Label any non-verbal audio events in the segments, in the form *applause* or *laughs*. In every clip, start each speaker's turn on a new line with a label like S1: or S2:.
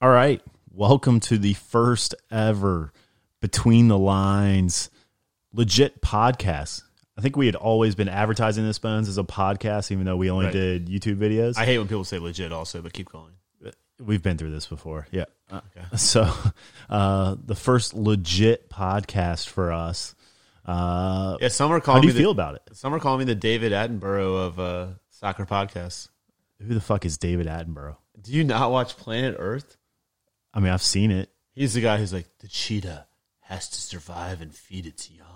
S1: All right. Welcome to the first ever Between the Lines legit podcast. I think we had always been advertising this Bones as a podcast, even though we only
S2: Right.
S1: did YouTube videos.
S2: I hate when people say legit also, but keep going.
S1: We've been through this before. Yeah. Uh, *laughs*
S2: Ah,
S1: So, uh, the first legit podcast for us. Uh,
S2: Yeah, some are
S1: how
S2: calling
S1: do you
S2: me
S1: feel about it?
S2: The, some are calling me the David Attenborough of uh, soccer podcasts.
S1: Who the fuck is David Attenborough?
S2: Do you not watch Planet Earth?
S1: I mean, I've seen it.
S2: He's the guy who's like, the cheetah has to survive and feed its young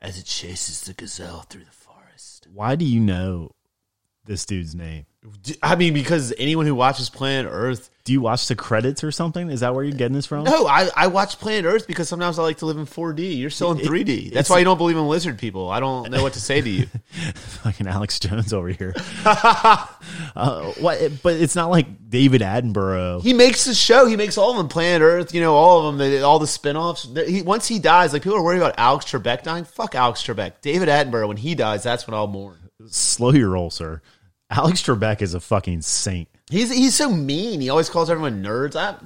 S2: as it chases the gazelle through the forest.
S1: Why do you know this dude's name?
S2: D- I mean, because anyone who watches Planet Earth,
S1: Do you watch the credits or something? Is that where you're getting this from?
S2: no, I, I watch Planet Earth because sometimes I like to live in 4D. You're still in 3D. That's why you don't believe in lizard people. I don't know what to say to you.
S1: *laughs* fucking Alex Jones over here. *laughs* uh, what? But it's not like David Attenborough.
S2: He makes the show. He makes all of them, Planet Earth, you know, all of them, the- all the spinoffs. The- He, once he dies, like people are worried about Alex Trebek dying. Fuck Alex Trebek. David Attenborough, when he dies, that's when I'll mourn.
S1: Slow your roll, sir. Alex Trebek is a fucking saint.
S2: He's he's so mean. He always calls everyone nerds. I,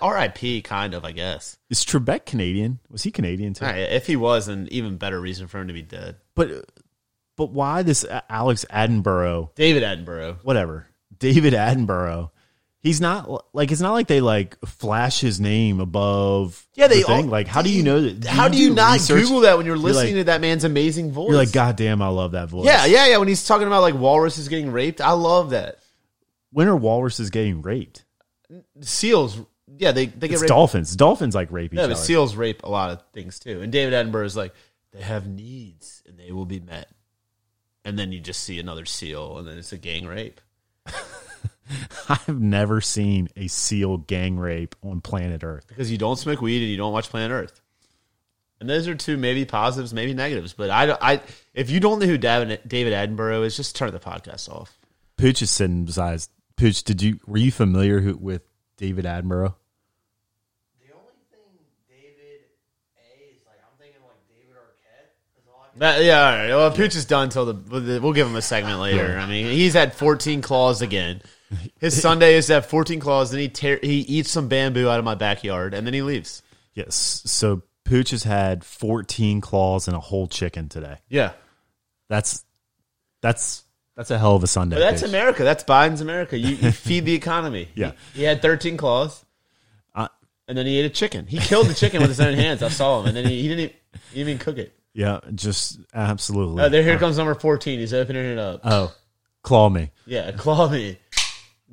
S2: R.I.P. Kind of, I guess.
S1: Is Trebek Canadian? Was he Canadian too?
S2: All right, if he was, an even better reason for him to be dead.
S1: But but why this A- Alex Attenborough?
S2: David Attenborough.
S1: Whatever. David Attenborough. He's not l- like it's not like they like flash his name above.
S2: Yeah, they
S1: the thing.
S2: all-
S1: like how do you know that?
S2: How do you not
S1: research?
S2: Google that when you're listening
S1: like-
S2: to that man's amazing voice?
S1: You're like, God damn, I love that voice.
S2: yeah, yeah, yeah. When he's talking about like walruses getting raped, I love that.
S1: When are walruses getting raped?
S2: Seals, yeah, they they get
S1: It's
S2: raped.
S1: dolphins. Dolphins like rape each
S2: No,
S1: other.
S2: but seals rape a lot of things too. And David Attenborough is like, they have needs and they will be met. And then you just see another seal, and then it's a gang rape.
S1: *laughs* I've never seen a seal gang rape on planet Earth.
S2: Because you don't smoke weed and you don't watch Planet Earth. And those are two maybe positives, maybe negatives. But I, don't- I if you don't know who David, David Attenborough is, just turn the podcast off.
S1: Pooch is sitting beside. us. Pooch, did you were you familiar who, with David Attenborough?
S2: That- yeah, all right. Well, Pooch is done till the we'll give him a segment later. I mean, he's had 14 claws again. His Sunday is to have 14 claws. Then he tear, he eats some bamboo out of my backyard, and then he leaves.
S1: Yes. So Pooch has had 14 claws and a whole chicken today.
S2: Yeah,
S1: That's that's that's a hell of a Sunday.
S2: But that's
S1: Pooch.
S2: America. That's Biden's America.
S1: *laughs*
S2: You, you feed the economy.
S1: Yeah.
S2: He, he had 13 claws.
S1: Uh,
S2: and then he ate a chicken. He killed the chicken with
S1: *laughs*
S2: his own hands. I saw him. And then he, he didn't even, he didn't even cook it.
S1: yeah, just absolutely.
S2: Oh, there, here comes number 14. He's opening it up.
S1: oh, claw me.
S2: yeah, claw me.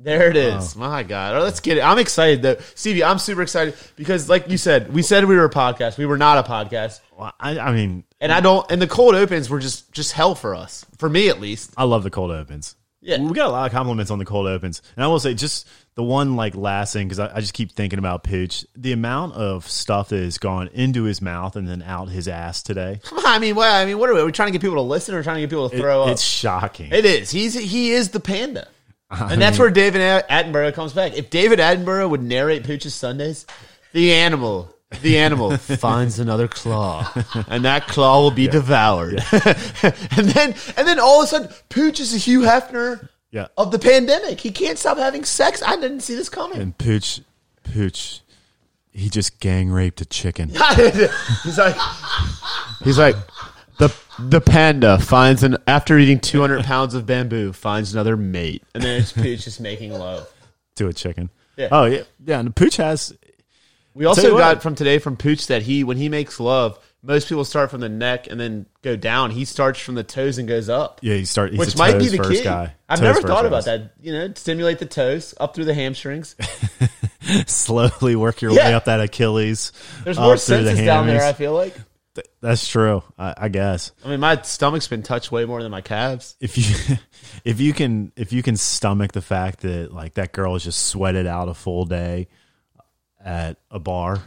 S2: There it is. My God. Oh, let's get it. I'm excited, though. Stevie, I'm super excited because, like you said, we said we were a podcast. We were not a podcast.
S1: Well, I, I mean,
S2: And I don't, and the cold opens were just, just hell for us, for me at least. *laughs*
S1: I love the cold opens.
S2: Yeah.
S1: we got a lot of compliments on the cold opens, and I will say just the one like last thing because I, I just keep thinking about Pooch. The amount of stuff that has gone into his mouth and then out his ass
S2: *laughs*
S1: today,
S2: I mean, what, I mean, what are we, are we trying to get people to listen or trying to get people to
S1: it-
S2: throw up?
S1: it's shocking.
S2: uh, It is. He's he is the panda. And that's where David A- Attenborough comes back. If David Attenborough would narrate Pooch's Sundays, the animal, the *laughs* animal finds another claw, and that claw will be devoured. *laughs* and then, and then all of a sudden, Pooch is a Hugh Hefner
S1: yeah,
S2: of the pandemic. He can't stop having sex. I didn't see this coming.
S1: and Pooch, Pooch, he just gang raped a
S2: *laughs*
S1: chicken.
S2: he's like, he's like, the the panda finds an after eating two hundred pounds of bamboo finds another mate, and then it's Pooch just making love.
S1: to a chicken.
S2: Yeah.
S1: Oh yeah, yeah. And Pooch has
S2: We
S1: Tell
S2: also
S1: you
S2: got
S1: what.
S2: from today from Pooch that he when he makes love, most people start from the neck and then go down. He starts from the toes and goes up.
S1: yeah. He start. He's
S2: Which
S1: a
S2: might be
S1: toes
S2: the
S1: first
S2: key.
S1: guy.
S2: I've
S1: Toes
S2: never
S1: first
S2: thought about
S1: guys.
S2: that. You know, stimulate the toes up through the
S1: *laughs*
S2: hamstrings.
S1: Slowly work your
S2: Yeah.
S1: way up that Achilles.
S2: There's
S1: up
S2: more
S1: through the
S2: senses down there. I
S1: hamstrings.
S2: feel like.
S1: Th- That's true. I, I guess.
S2: I mean, my stomach's been touched way more than my calves.
S1: if you *laughs* if you can if you can stomach the fact that like that girl has just sweated out a full day at a bar,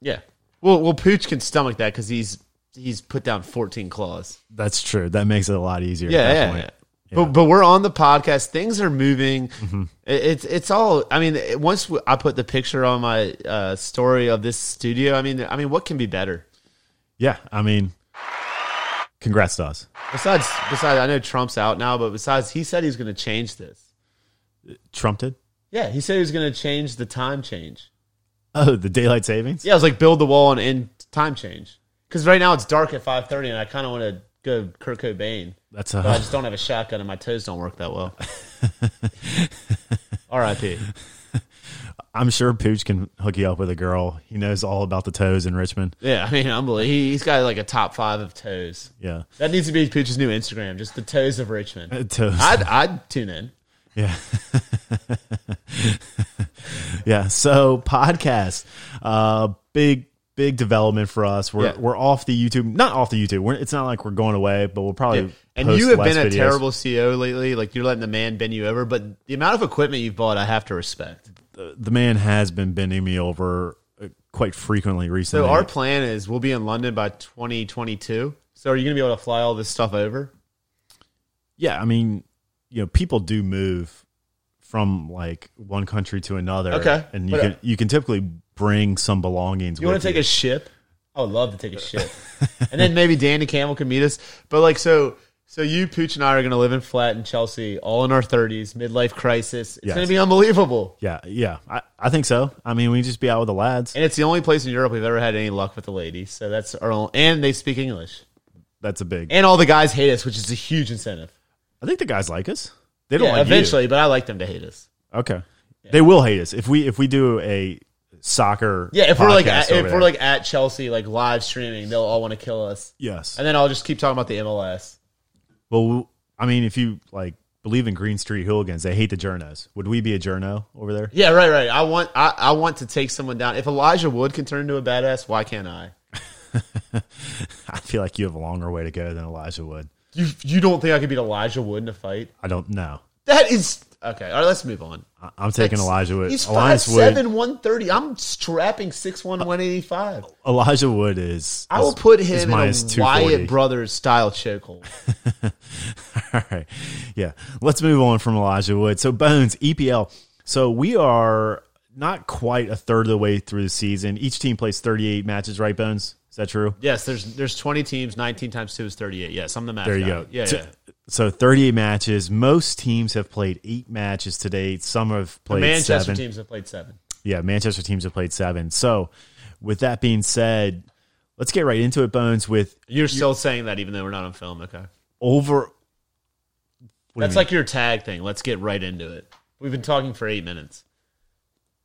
S2: Yeah. Well, well, Pooch can stomach that because he's he's put down 14 claws.
S1: that's true. That makes it a lot easier. at
S2: yeah,
S1: that
S2: yeah,
S1: point.
S2: yeah. But but we're on the podcast. Things are moving.
S1: Mm-hmm.
S2: It, it's it's all. I mean, it- once w- I put the picture on my uh, story of this studio, I mean, I mean, what can be better?
S1: yeah. I mean, congrats to us.
S2: Besides, besides, I know Trump's out now, but besides, he said he's going to change this.
S1: Trump did.
S2: Yeah, he said he was going to change the time change.
S1: Oh, the daylight savings.
S2: Yeah, I was like build the wall and end time change. Because right now it's dark at five thirty, and I kind of want to go Kurt Cobain,
S1: That's uh,
S2: but I
S1: a
S2: just don't have a shotgun, and my toes don't work
S1: *laughs*
S2: that well. R.I.P.
S1: I'm sure Pooch can hook you up with a girl. He knows all about the toes in Richmond.
S2: Yeah, I mean, unbelievable. He, he's got like a top five of toes.
S1: Yeah. *laughs*
S2: That needs to be Pooch's new Instagram, just the toes of Richmond.
S1: Uh, Toes.
S2: I'd, I'd tune in.
S1: Yeah. yeah. So podcast, uh, big, big development for us. We're,
S2: Yeah.
S1: we're off the YouTube, not off the YouTube. We're, it's not like we're going away, but we'll probably.
S2: And
S1: post
S2: you have
S1: less
S2: been a
S1: videos.
S2: terrible CEO lately. Like you're letting the man bend you over, but the amount of equipment you've bought, I have to respect.
S1: The man has been bending me over uh, quite frequently
S2: So
S1: recently.
S2: our plan is we'll be in London by 2022. So are you going to be able to fly all this stuff over?
S1: yeah. I mean, you know, people do move from like one country to another.
S2: Okay.
S1: And you
S2: But, uh,
S1: can, you can typically bring some belongings.
S2: You want
S1: with
S2: to take a ship? I would love
S1: *laughs*
S2: to take a ship. and then maybe Danny Campbell can meet us. But like, so, so you, Pooch, and I are going to live in flat in Chelsea, all in our 30s, midlife crisis. It's
S1: Yes.
S2: going to be unbelievable.
S1: yeah. Yeah. I, I think so. I mean, we just be out with the lads.
S2: And it's the only place in Europe we've ever had any luck with the ladies. So that's our own. And they speak English.
S1: That's a big.
S2: And all the guys hate us, which is a huge incentive.
S1: I think the guys like us. They don't
S2: Yeah,
S1: like
S2: eventually, but I like them to hate us.
S1: You. Okay, they will hate us if we if we do a soccer.
S2: Yeah, if we're like
S1: podcast
S2: at,
S1: over
S2: if
S1: there.
S2: we're like at Chelsea, like live streaming, they'll all want to kill us.
S1: yes.
S2: And then I'll just keep talking about the MLS.
S1: Well, we- I mean, if you like believe in Green Street hooligans, they hate the journos. Would we be a journo over there?
S2: Yeah, right, right. I want I, I want to take someone down. If Elijah Wood can turn into a badass, why can't I?
S1: I feel like you have a longer way to go than Elijah would.
S2: You you don't think I could beat Elijah Wood in a fight?
S1: I don't know.
S2: That is okay. All right, let's move on.
S1: I- I'm taking Elijah Wood.
S2: He's five
S1: Elias Wood. Uh,
S2: seven, one thirty. I'm strapping six one, one eighty five.
S1: Elijah Wood is.
S2: I will
S1: is-
S2: put
S1: is
S2: him in a
S1: minus 240.
S2: Wyatt Brothers style chokehold. *laughs*
S1: *laughs* All right. Yeah. Let's move on from Elijah Wood. So, Bones, EPL. So, we are not quite a third of the way through the season. Each team plays 38 matches, right, Bones? Is that true?
S2: Yes, there's there's twenty teams. Nineteen times two is thirty eight. Yes, I'm the math.
S1: There you
S2: guy.
S1: go.
S2: Yeah,
S1: So,
S2: yeah.
S1: so 38 matches. Most teams have played eight matches to date. Some have played
S2: Manchester
S1: seven.
S2: teams have played seven.
S1: Yeah, Manchester teams have played seven. So, with that being said, let's get right into it, Bones, with
S2: You're still saying that even though we're not on film. Okay,
S1: over. What do you
S2: that's
S1: mean?
S2: like your tag thing. Let's get right into it. We've been talking for eight minutes.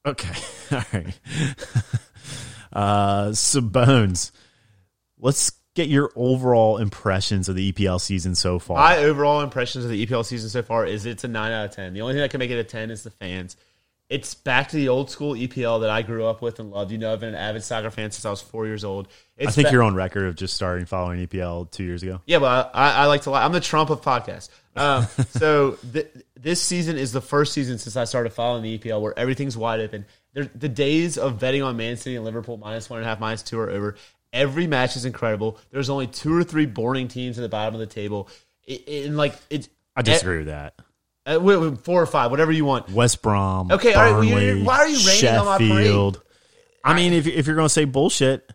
S1: Okay. *laughs* All right. uh, so Bones, let's get your overall impressions of the EPL season so far.
S2: My overall impressions of the EPL season so far is it's a nine out of ten. The only thing that can make it a ten is the fans. It's back to the old school EPL that I grew up with and loved. You know, I've been an avid soccer fan since I was four years old. It's
S1: I think
S2: ba-
S1: you're on record of just starting following EPL two years ago.
S2: Yeah, but I, I like to lie. I'm the Trump of podcasts.
S1: *laughs*
S2: Um, so th- this season is the first season since I started following the EPL where everything's wide open. There, the days of betting on Man City and Liverpool minus one and a half, minus two are over. Every match is incredible. There's only two or three boring teams at the bottom of the table. It, it- and like it's
S1: I disagree with that.
S2: eh, eh, wait, wait, four or five, whatever you want.
S1: West Brom.
S2: Okay, all right, well, you're-
S1: Burnley,
S2: you're- why are you raining on my parade?
S1: Sheffield. I mean, if, if you're going to say bullshit,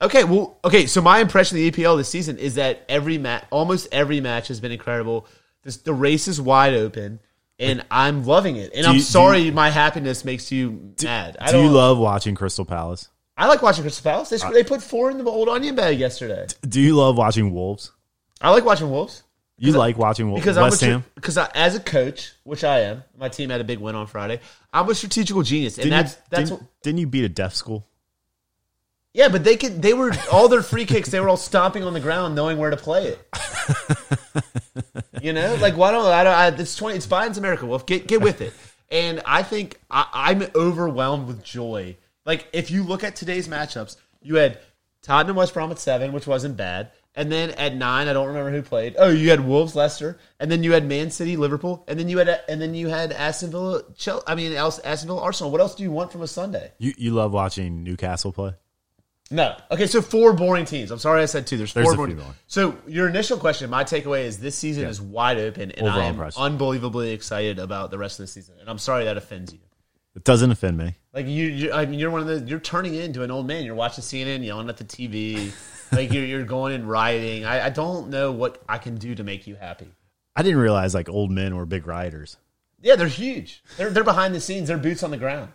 S2: Okay, well, okay. So my impression of the EPL this season is that every match, almost every match, has been incredible. This, the race is wide open, and I'm loving it. And I'm
S1: you- do
S2: sorry, my happiness makes you mad. I
S1: do
S2: don't.
S1: you love watching Crystal Palace?
S2: I like watching Crystal Palace. They, sc- they put four in the old onion bag yesterday.
S1: Do you love watching Wolves?
S2: I like watching Wolves
S1: You like watching Wolves?
S2: because
S1: West
S2: I'm a
S1: Ham?
S2: because I, as a coach, which I am, my team had a big win on Friday. I'm a strategical genius, and
S1: Didn't you-
S2: that's that's
S1: didn't,
S2: what,
S1: didn't you beat a deaf school?
S2: yeah. But they could they were all their free kicks. They were all stomping on the ground, knowing where to play it. You know, like why don't I? Don't, I it's twenty. It's Biden's America. Wolf, get get with it. And I think I, I'm overwhelmed with joy. Like if you look at today's matchups, you had Tottenham West Brom at seven, which wasn't bad, and then at nine, I don't remember who played. Oh, you had Wolves Leicester, and then you had Man City Liverpool, and then you had and then you had Aston Villa. Chel- I mean, Al- Aston Villa Arsenal. What else do you want from a Sunday?
S1: You you love watching Newcastle play?
S2: No. Okay, so four boring teams. I'm sorry I said two. There's four
S1: There's a
S2: boring.
S1: few boring.
S2: So your initial question, my takeaway is this season is wide open, and
S1: Overall
S2: I am
S1: impressed.
S2: unbelievably excited about the rest of the season. And I'm sorry that offends you.
S1: It doesn't offend me.
S2: Like you, you I mean, you're one of the. You're turning into an old man. You're watching CNN, yelling at the *laughs* TV. like you're, you're going and rioting. I, I don't know what I can do to make you happy.
S1: I didn't realize like old men were big rioters.
S2: Yeah, they're huge. They're they're behind the scenes. They're boots on the ground.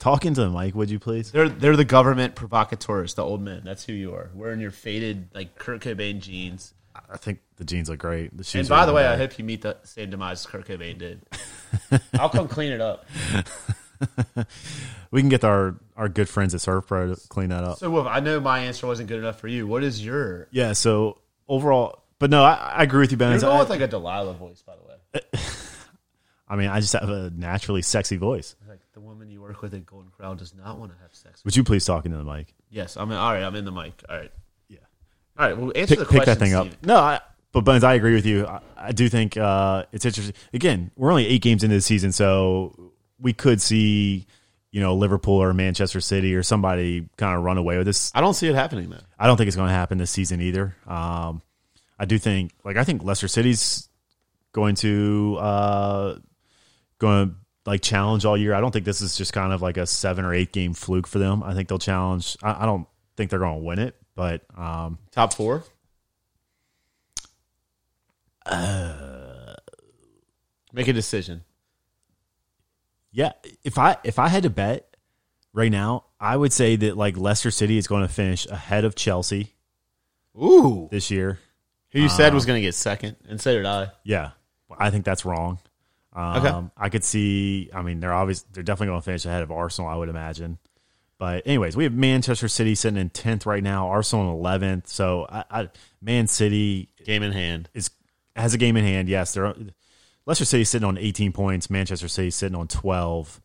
S1: Talk into the mic, would you please?
S2: They're they're the government provocateurs, the old men. That's who you are. Wearing your faded like Kurt Cobain jeans.
S1: I think the jeans look great. The shoes.
S2: And by
S1: are
S2: the way,
S1: really
S2: I hope you meet the same demise as Kurt Cobain did. *laughs* I'll come clean it up.
S1: bad. we can get our our good friends at Surf Pro to clean that up.
S2: So Wolf, I know my answer wasn't good enough for you. What is your?
S1: yeah. So overall, but no, I, I agree with you, Ben.
S2: You're
S1: I,
S2: going with like a Uh, Delilah voice, by the way.
S1: I mean, I just have a naturally sexy voice.
S2: Like the woman you work with at Golden Crown does not want to have sex with.
S1: Would you please talk into the mic?
S2: Yes, I'm in, all right. I'm in the mic. All right,
S1: Yeah.
S2: all right. Well, answer
S1: Pick,
S2: the
S1: pick
S2: question.
S1: that thing
S2: Steven.
S1: up. No, I, but Bones, I agree with you. I, I do think uh, it's interesting. Again, we're only eight games into the season, so we could see, you know, Liverpool or Manchester City or somebody kind of run away with this.
S2: I don't see it happening though.
S1: I don't think it's going to happen this season either. Um, I do think, like, I think Leicester City's going to uh, going to like challenge all year. I don't think this is just kind of like a seven or eight game fluke for them. I think they'll challenge. I, I don't think they're going to win it, but um,
S2: Top four. Uh, Make a decision.
S1: yeah, if I if I had to bet right now, I would say that like Leicester City is going to finish ahead of Chelsea
S2: Ooh,
S1: this year.
S2: who you said was going to get second, and so did I.
S1: Yeah, I think that's wrong. Um,
S2: Okay.
S1: I could see. I mean, they're obvious. They're definitely going to finish ahead of Arsenal, I would imagine. But anyways, we have Manchester City sitting in tenth right now. Arsenal in eleventh. So I, I, Man City
S2: Game in hand.
S1: is has a game in hand. Yes, they're Leicester City sitting on eighteen points. Manchester City sitting on twelve.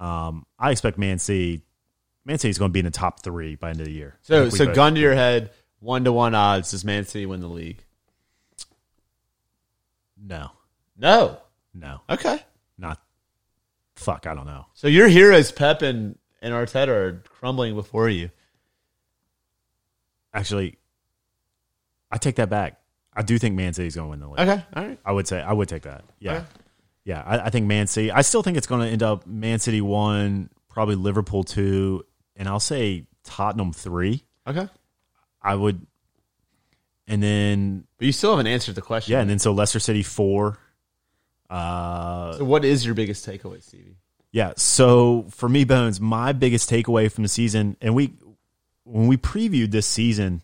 S1: Um, I expect Man City. Man City's going to be in the top three by end of the year. I
S2: So,
S1: think we
S2: so
S1: both-
S2: gun to your head, one to one odds. Does Man City win the league?
S1: no,
S2: No.
S1: no,
S2: Okay.
S1: not fuck. I don't know.
S2: So your heroes, Pep and and Arteta, are crumbling before you.
S1: actually, I take that back. I do think Man City's going to win the league.
S2: Okay. All right.
S1: I would say I would take that. Yeah,
S2: Okay.
S1: yeah. I, I think Man City. I still think it's going to end up Man City one, probably Liverpool two, and I'll say Tottenham three.
S2: Okay.
S1: I would, and then
S2: But you still haven't answered the question.
S1: yeah, and then so Leicester City four. Uh,
S2: So what is your biggest takeaway, Stevie?
S1: Yeah. So for me, Bones, my biggest takeaway from the season, and we when we previewed this season,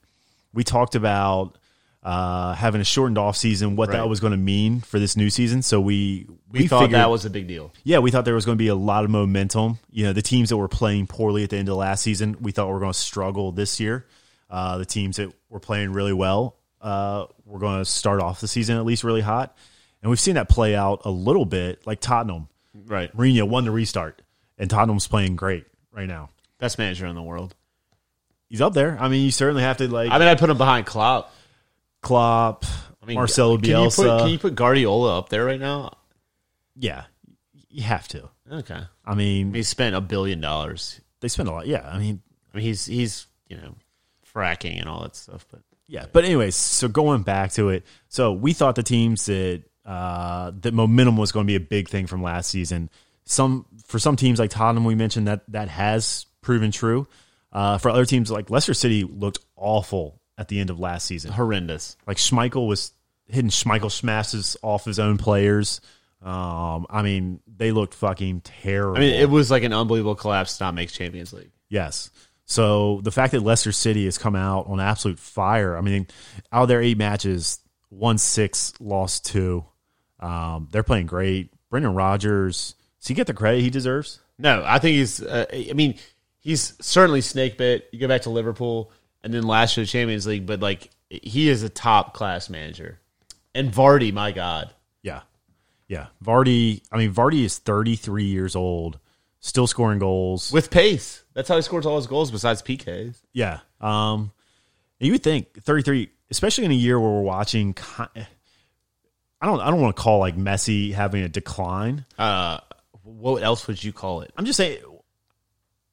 S1: we talked about uh, having a shortened off season, what
S2: Right.
S1: that was going to mean for this new season. So we
S2: We, thought
S1: figured-
S2: that was a big deal.
S1: yeah, we thought there was going to be a lot of momentum. You know, the teams that were playing poorly at the end of last season, we thought were going to struggle this year. Uh, the teams that were playing really well, uh, were going to start off the season at least really hot, and we've seen that play out a little bit, like Tottenham.
S2: Right.
S1: Mourinho won the restart, and Tottenham's playing great right now.
S2: Best manager in the world.
S1: He's up there. I mean, you certainly have to like
S2: I mean, I put him behind Klopp.
S1: Klopp,
S2: I mean,
S1: Marcelo
S2: can you,
S1: Bielsa.
S2: put, can you put Guardiola up there right now?
S1: yeah, you have to.
S2: Okay. I
S1: I mean,
S2: mean, he spent a billion dollars.
S1: they spend a lot. Yeah, I mean,
S2: I mean, he's he's you know fracking and all that stuff, but
S1: yeah. But anyways, so going back to it, so we thought the teams that uh, that momentum was going to be a big thing from last season. Some for some teams like Tottenham, we mentioned that that has proven true. Uh, for other teams like Leicester City, looked awful at the end of last season.
S2: horrendous.
S1: Like Schmeichel was hitting Schmeichel smashes off his own players. Um, I mean, they looked fucking terrible.
S2: I mean, it was like an unbelievable collapse to not make Champions League.
S1: yes. So the fact that Leicester City has come out on absolute fire. I mean, out of their eight matches, won six, lost two. Um, they're playing great. Brendan Rodgers, does he get the credit he deserves?
S2: No, I think he's. Uh, I mean, he's certainly snake bit. You go back to Liverpool and then last year the Champions League, but like he is a top class manager. And Vardy, my God,
S1: Yeah. Yeah. Vardy, I mean, Vardy is 33 years old, still scoring goals.
S2: with pace. That's how he scores all his goals besides PKs.
S1: Yeah. Um, and you would think 33, especially in a year where we're watching. ki- I don't. I don't want to call like Messi having a decline.
S2: Uh, what else would you call it?
S1: I'm just saying.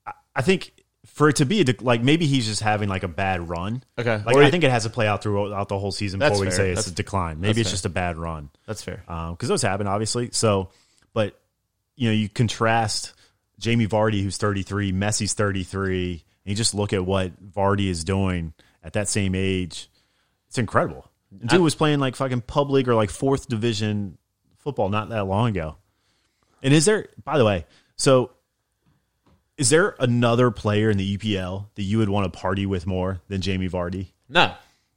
S1: I- I think for it to be a dec like maybe he's just having like a bad run.
S2: Okay.
S1: Like
S2: Or
S1: I
S2: he-
S1: think it has to play out throughout the whole season
S2: That's
S1: before we
S2: fair.
S1: say it's
S2: That's-
S1: a decline. Maybe
S2: that's
S1: it's
S2: fair.
S1: just a bad run
S2: That's fair.
S1: because Um, those happen obviously. So, but you know, you contrast Jamie Vardy, who's 33, Messi's 33, and you just look at what Vardy is doing at that same age. It's incredible. Dude was playing like fucking public or like fourth division football not that long ago. And is there, by the way, so Is there another player in the EPL that you would want to party with more than Jamie Vardy?
S2: No.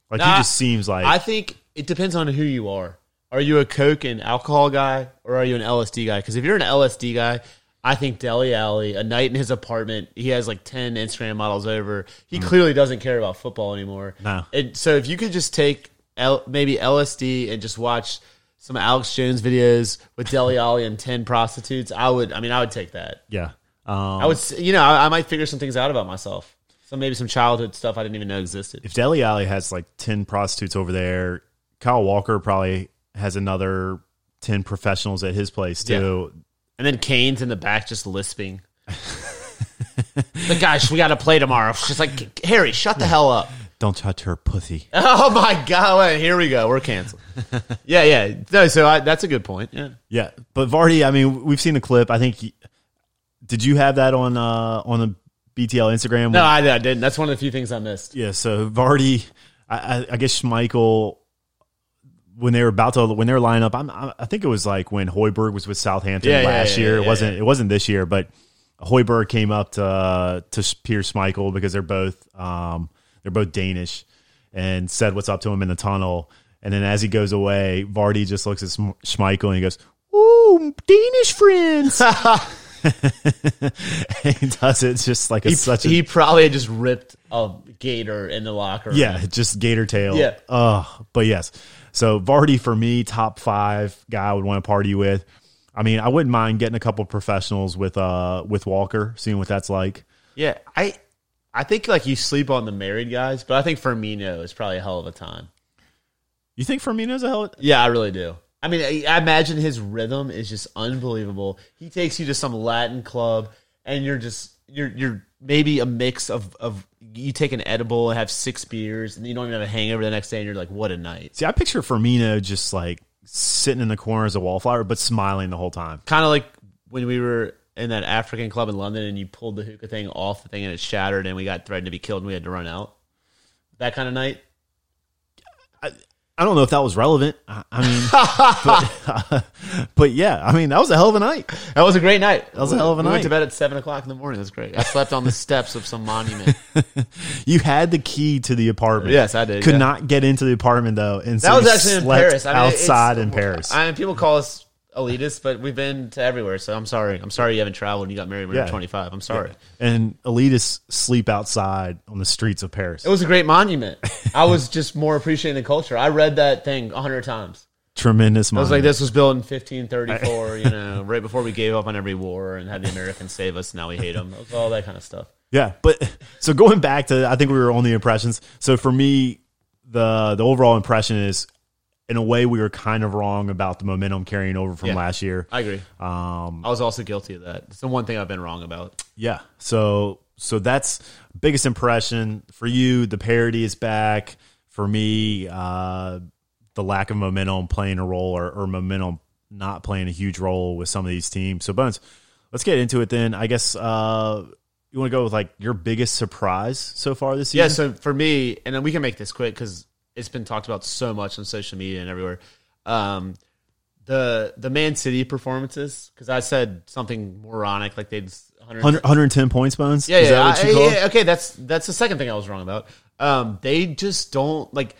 S1: Like
S2: Nah,
S1: he just seems like
S2: I think it depends on who you are. Are you a coke and alcohol guy, or are you an LSD guy? Because if you're an LSD guy, I think Deli Alley, a night in his apartment, he has like ten Instagram models over. He clearly doesn't care about football anymore.
S1: Hmm. No.
S2: And so if you could just take L- maybe LSD and just watch some Alex Jones videos
S1: *laughs*
S2: with Deli Alley and ten prostitutes, I would. I mean, I would take that.
S1: yeah.
S2: I
S1: Um,
S2: would. s- You know, I, I might figure some things out about myself. Some maybe some childhood stuff I didn't even know existed.
S1: if Deli Alley has like ten prostitutes over there, Kyle Walker probably has another ten professionals at his place too.
S2: And then Kane's in the back just lisping. the gosh, we got to play tomorrow. She's like, Harry, shut the hell up. *laughs*
S1: Don't touch her pussy.
S2: Oh my God. Wait, here we go. We're canceled. yeah, yeah. No, so I, that's a good point. Yeah.
S1: Yeah, but Vardy. I mean, we've seen the clip. I think. he- did you have that on uh, on the BTL Instagram?
S2: No, I, I didn't. That's one of the few things I missed.
S1: Yeah, so Vardy, I, I, I guess Schmeichel, when they were about to when they were lining up, I'm, I I think it was like when Hoiberg was with Southampton
S2: Yeah, yeah,
S1: last
S2: yeah,
S1: year.
S2: yeah,
S1: it
S2: yeah,
S1: wasn't it wasn't this year, but Hoiberg came up to uh, to Pierce Schmeichel because they're both um, they're both Danish, and said what's up to him in the tunnel. And then as he goes away, Vardy just looks at Schm- Schmeichel and he goes, "Ooh, Danish
S2: *laughs*
S1: friends." *laughs* And he does it just like
S2: He,
S1: it's such a
S2: he probably had just ripped a gator in the locker room.
S1: yeah, just gator tail.
S2: Yeah.
S1: Uh, but yes. So Vardy for me, top five guy I would want to party with. I mean, I wouldn't mind getting a couple professionals with uh with Walker, seeing what that's like.
S2: Yeah. I, I think like you sleep on the married guys, but I think Firmino is probably a hell of a time.
S1: You think Firmino's a hell?
S2: Yeah, I really do. I mean, I, I imagine his rhythm is just unbelievable. He takes you to some Latin club, and you're just you're you're maybe a mix of of you take an edible and have six beers, and you don't even have a hangover the next day, and you're like, what a night.
S1: See, I picture Firmino just like sitting in the corner as a wallflower, but smiling the whole time.
S2: Kind of like when we were in that African club in London, and you pulled the hookah thing off the thing, and it shattered, and we got threatened to be killed, and we had to run out. That kind of night.
S1: I don't know if that was relevant. I, I mean,
S2: *laughs*
S1: but, *laughs* but yeah, I mean that was a hell of a night.
S2: That was a great night. That
S1: was a hell of a
S2: we Went
S1: night.
S2: to bed at seven o'clock in the morning. That's great. I slept on the *laughs* steps of some monument.
S1: You had the key to the apartment.
S2: Yes, I did,
S1: Could
S2: yeah.
S1: not get into the apartment though, and so
S2: That was
S1: you
S2: actually in
S1: slept
S2: Paris. I mean, it's-
S1: outside in Paris.
S2: I mean, people call us elitists, but we've been to everywhere. So I'm sorry. I'm sorry you haven't traveled and you got married when you
S1: Yeah.
S2: were 25. I'm sorry.
S1: and elitists sleep outside on the streets of Paris.
S2: It was a
S1: *laughs*
S2: great monument. I was just more appreciating the culture. I read that thing a hundred times.
S1: Tremendous.
S2: I was like, this was built in 1534, you know, right before we gave up on every war and had the Americans save us. Now we hate them. It was all that kind of stuff.
S1: yeah. But *laughs* so going back to, I think we were on the impressions. So for me, the the overall impression is, in a way, we were kind of wrong about the momentum carrying over from
S2: Yeah.
S1: last year.
S2: I agree. Um, I was also guilty of that. It's the one thing I've been wrong about.
S1: Yeah. So so that's biggest impression for you. The parody is back for me. Uh, the lack of momentum playing a role, or, or momentum not playing a huge role with some of these teams. So Bones, let's get into it then. I guess uh, you want to go with like your biggest surprise so far this
S2: Yeah,
S1: season.
S2: so for me, and then we can make this quick because it's been talked about so much on social media and everywhere. Um, the the Man City performances because I said something moronic like they'd 100,
S1: 100, 110 points, Bones.
S2: yeah
S1: is
S2: yeah,
S1: that what
S2: I-
S1: you call? it?
S2: yeah, okay that's that's the second thing I was wrong about. Um, they just don't like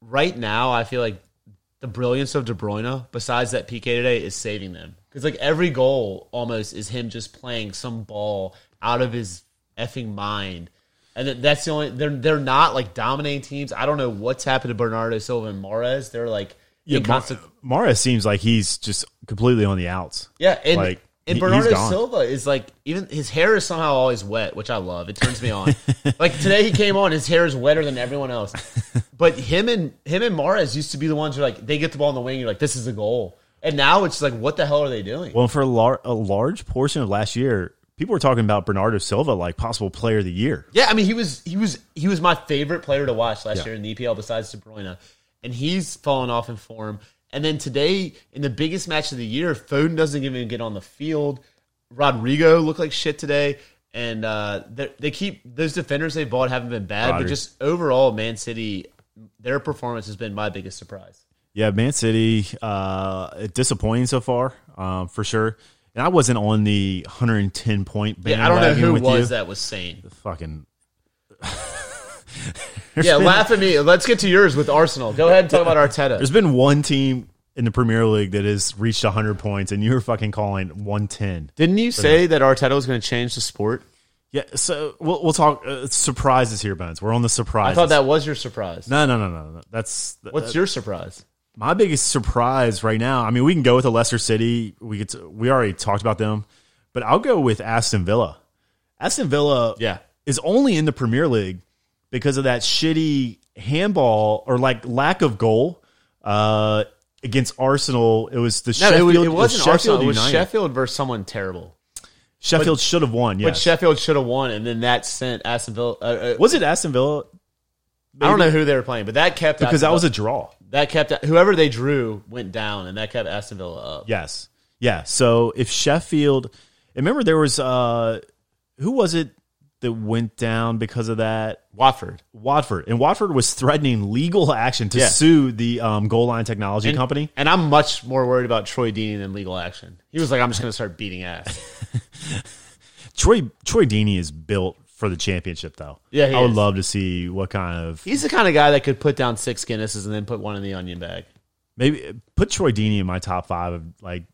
S2: right now. I feel like the brilliance of De Bruyne, besides that PK today, is saving them because like every goal almost is him just playing some ball out of his effing mind, and that- that's the only they're they're not like dominating teams. I don't know what's happened to Bernardo Silva and Mares. They're like yeah,
S1: Mar- Mara seems like he's just completely on the outs.
S2: yeah, and,
S1: Like, he-
S2: and
S1: he's
S2: Bernardo
S1: gone.
S2: Silva is like even his hair is somehow always wet, which I love. It turns
S1: *laughs*
S2: me on. like today he came on, his hair is wetter than everyone else. But him and him and Mares used to be the ones who like they get the ball in the wing, you're like, this is a goal. And now it's like, what the hell are they doing?
S1: Well, for a, lar- a large portion of last year, people were talking about Bernardo Silva like possible player of the year.
S2: Yeah, I mean he was he was he was my favorite player to watch last year in the EPL besides De Bruyne, and he's fallen off in form. And then today in the biggest match of the year, Foden doesn't even get on the field. Rodrigo looked like shit today, and uh, they they keep those defenders they bought haven't been bad,
S1: Rodri.
S2: but just overall, Man City, their performance has been my biggest surprise.
S1: Yeah, Man City, uh, disappointing so far, um, for sure. And I wasn't on the 110 point
S2: Yeah, I don't know
S1: bandwagon
S2: who
S1: with
S2: was
S1: you.
S2: that
S1: *laughs*
S2: was saying. *laughs*
S1: Fucking
S2: Yeah, laugh at me. Let's get to yours with Arsenal. Go ahead and talk about Arteta.
S1: There's been one team in the Premier League that has reached 100 points, and you're fucking calling 110.
S2: Didn't you say that Arteta was going to change the sport?
S1: Yeah, so we'll, we'll talk uh, surprises here, Bones. We're on the
S2: I
S1: surprises.
S2: thought that was your surprise.
S1: No, no, no, no, no. That's
S2: What's your surprise?
S1: my biggest surprise right now. I mean, we can go with a lesser city. We could. We already talked about them, but I'll go with Aston Villa. Aston Villa,
S2: Yeah.
S1: is only in the Premier League because of that shitty handball or like lack of goal uh, against Arsenal. It was the
S2: No,
S1: Sheffield.
S2: it, was, it wasn't
S1: Sheffield
S2: Arsenal. It was
S1: United.
S2: Sheffield versus someone terrible.
S1: Sheffield should have won.
S2: But
S1: Yes.
S2: Sheffield should have won, and then that sent Aston Villa. Uh, uh,
S1: was it Aston Villa?
S2: I don't know who they were playing, but that kept
S1: Because
S2: Aston
S1: that was a draw.
S2: Villa- that kept whoever they drew went down, and that kept Aston Villa up.
S1: Yes. Yeah. So if Sheffield, remember there was uh, who was it that went down because of that?
S2: Watford
S1: Watford and Watford was threatening legal action to
S2: Yeah.
S1: sue the um, goal line technology
S2: And-
S1: company.
S2: and I'm much more worried about Troy Deeney than legal action. He was like, "I'm just going to start beating ass."
S1: Troy Troy Deeney is built for the championship, though.
S2: Yeah, he
S1: I would
S2: is.
S1: love to see what kind of
S2: He's the kind of guy that could put down six Guinnesses and then put one in the onion bag.
S1: maybe put Troy Deeney in my top five of like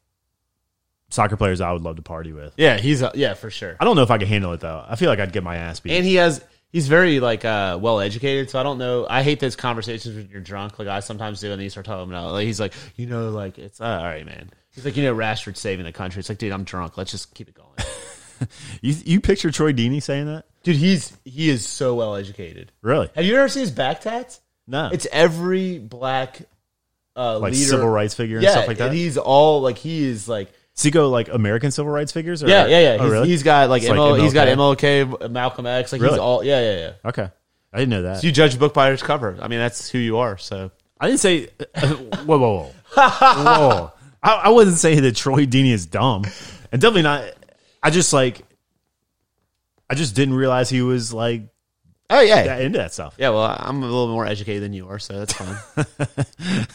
S1: soccer players I would love to party with.
S2: Yeah, he's a, yeah for sure.
S1: I don't know if I could handle it though. I feel like I'd get my ass beat.
S2: and he has he's very like uh well educated so i don't know i hate those conversations when you're drunk like i sometimes do and you start talking about like he's like you know like it's uh, all right man he's like you know rashford saving the country it's like dude i'm drunk let's just keep it going *laughs*
S1: you you picture Troy Deeney saying that?
S2: dude he's he is so well educated
S1: Really?
S2: have you ever seen his back tats
S1: No.
S2: it's every black uh
S1: like
S2: leader
S1: civil rights figure and
S2: yeah
S1: stuff like that.
S2: and he's all like he is like
S1: Does he go like American civil rights figures? Or,
S2: yeah yeah yeah
S1: Oh,
S2: he's,
S1: really?
S2: he's got like,
S1: It's like
S2: ML, he's got
S1: MLK.
S2: mlk malcolm x like
S1: Really?
S2: he's all yeah yeah yeah
S1: okay. I didn't know that.
S2: you judge a book by its cover i mean that's who you are so
S1: I didn't say. uh, whoa, whoa, whoa. whoa. I, I wasn't saying that Troy Deeney is dumb, and definitely not. I just like. I just didn't realize he was like
S2: oh yeah
S1: that into that stuff. *laughs*
S2: Yeah, well, I'm a little more educated than you are, so that's *laughs* fine.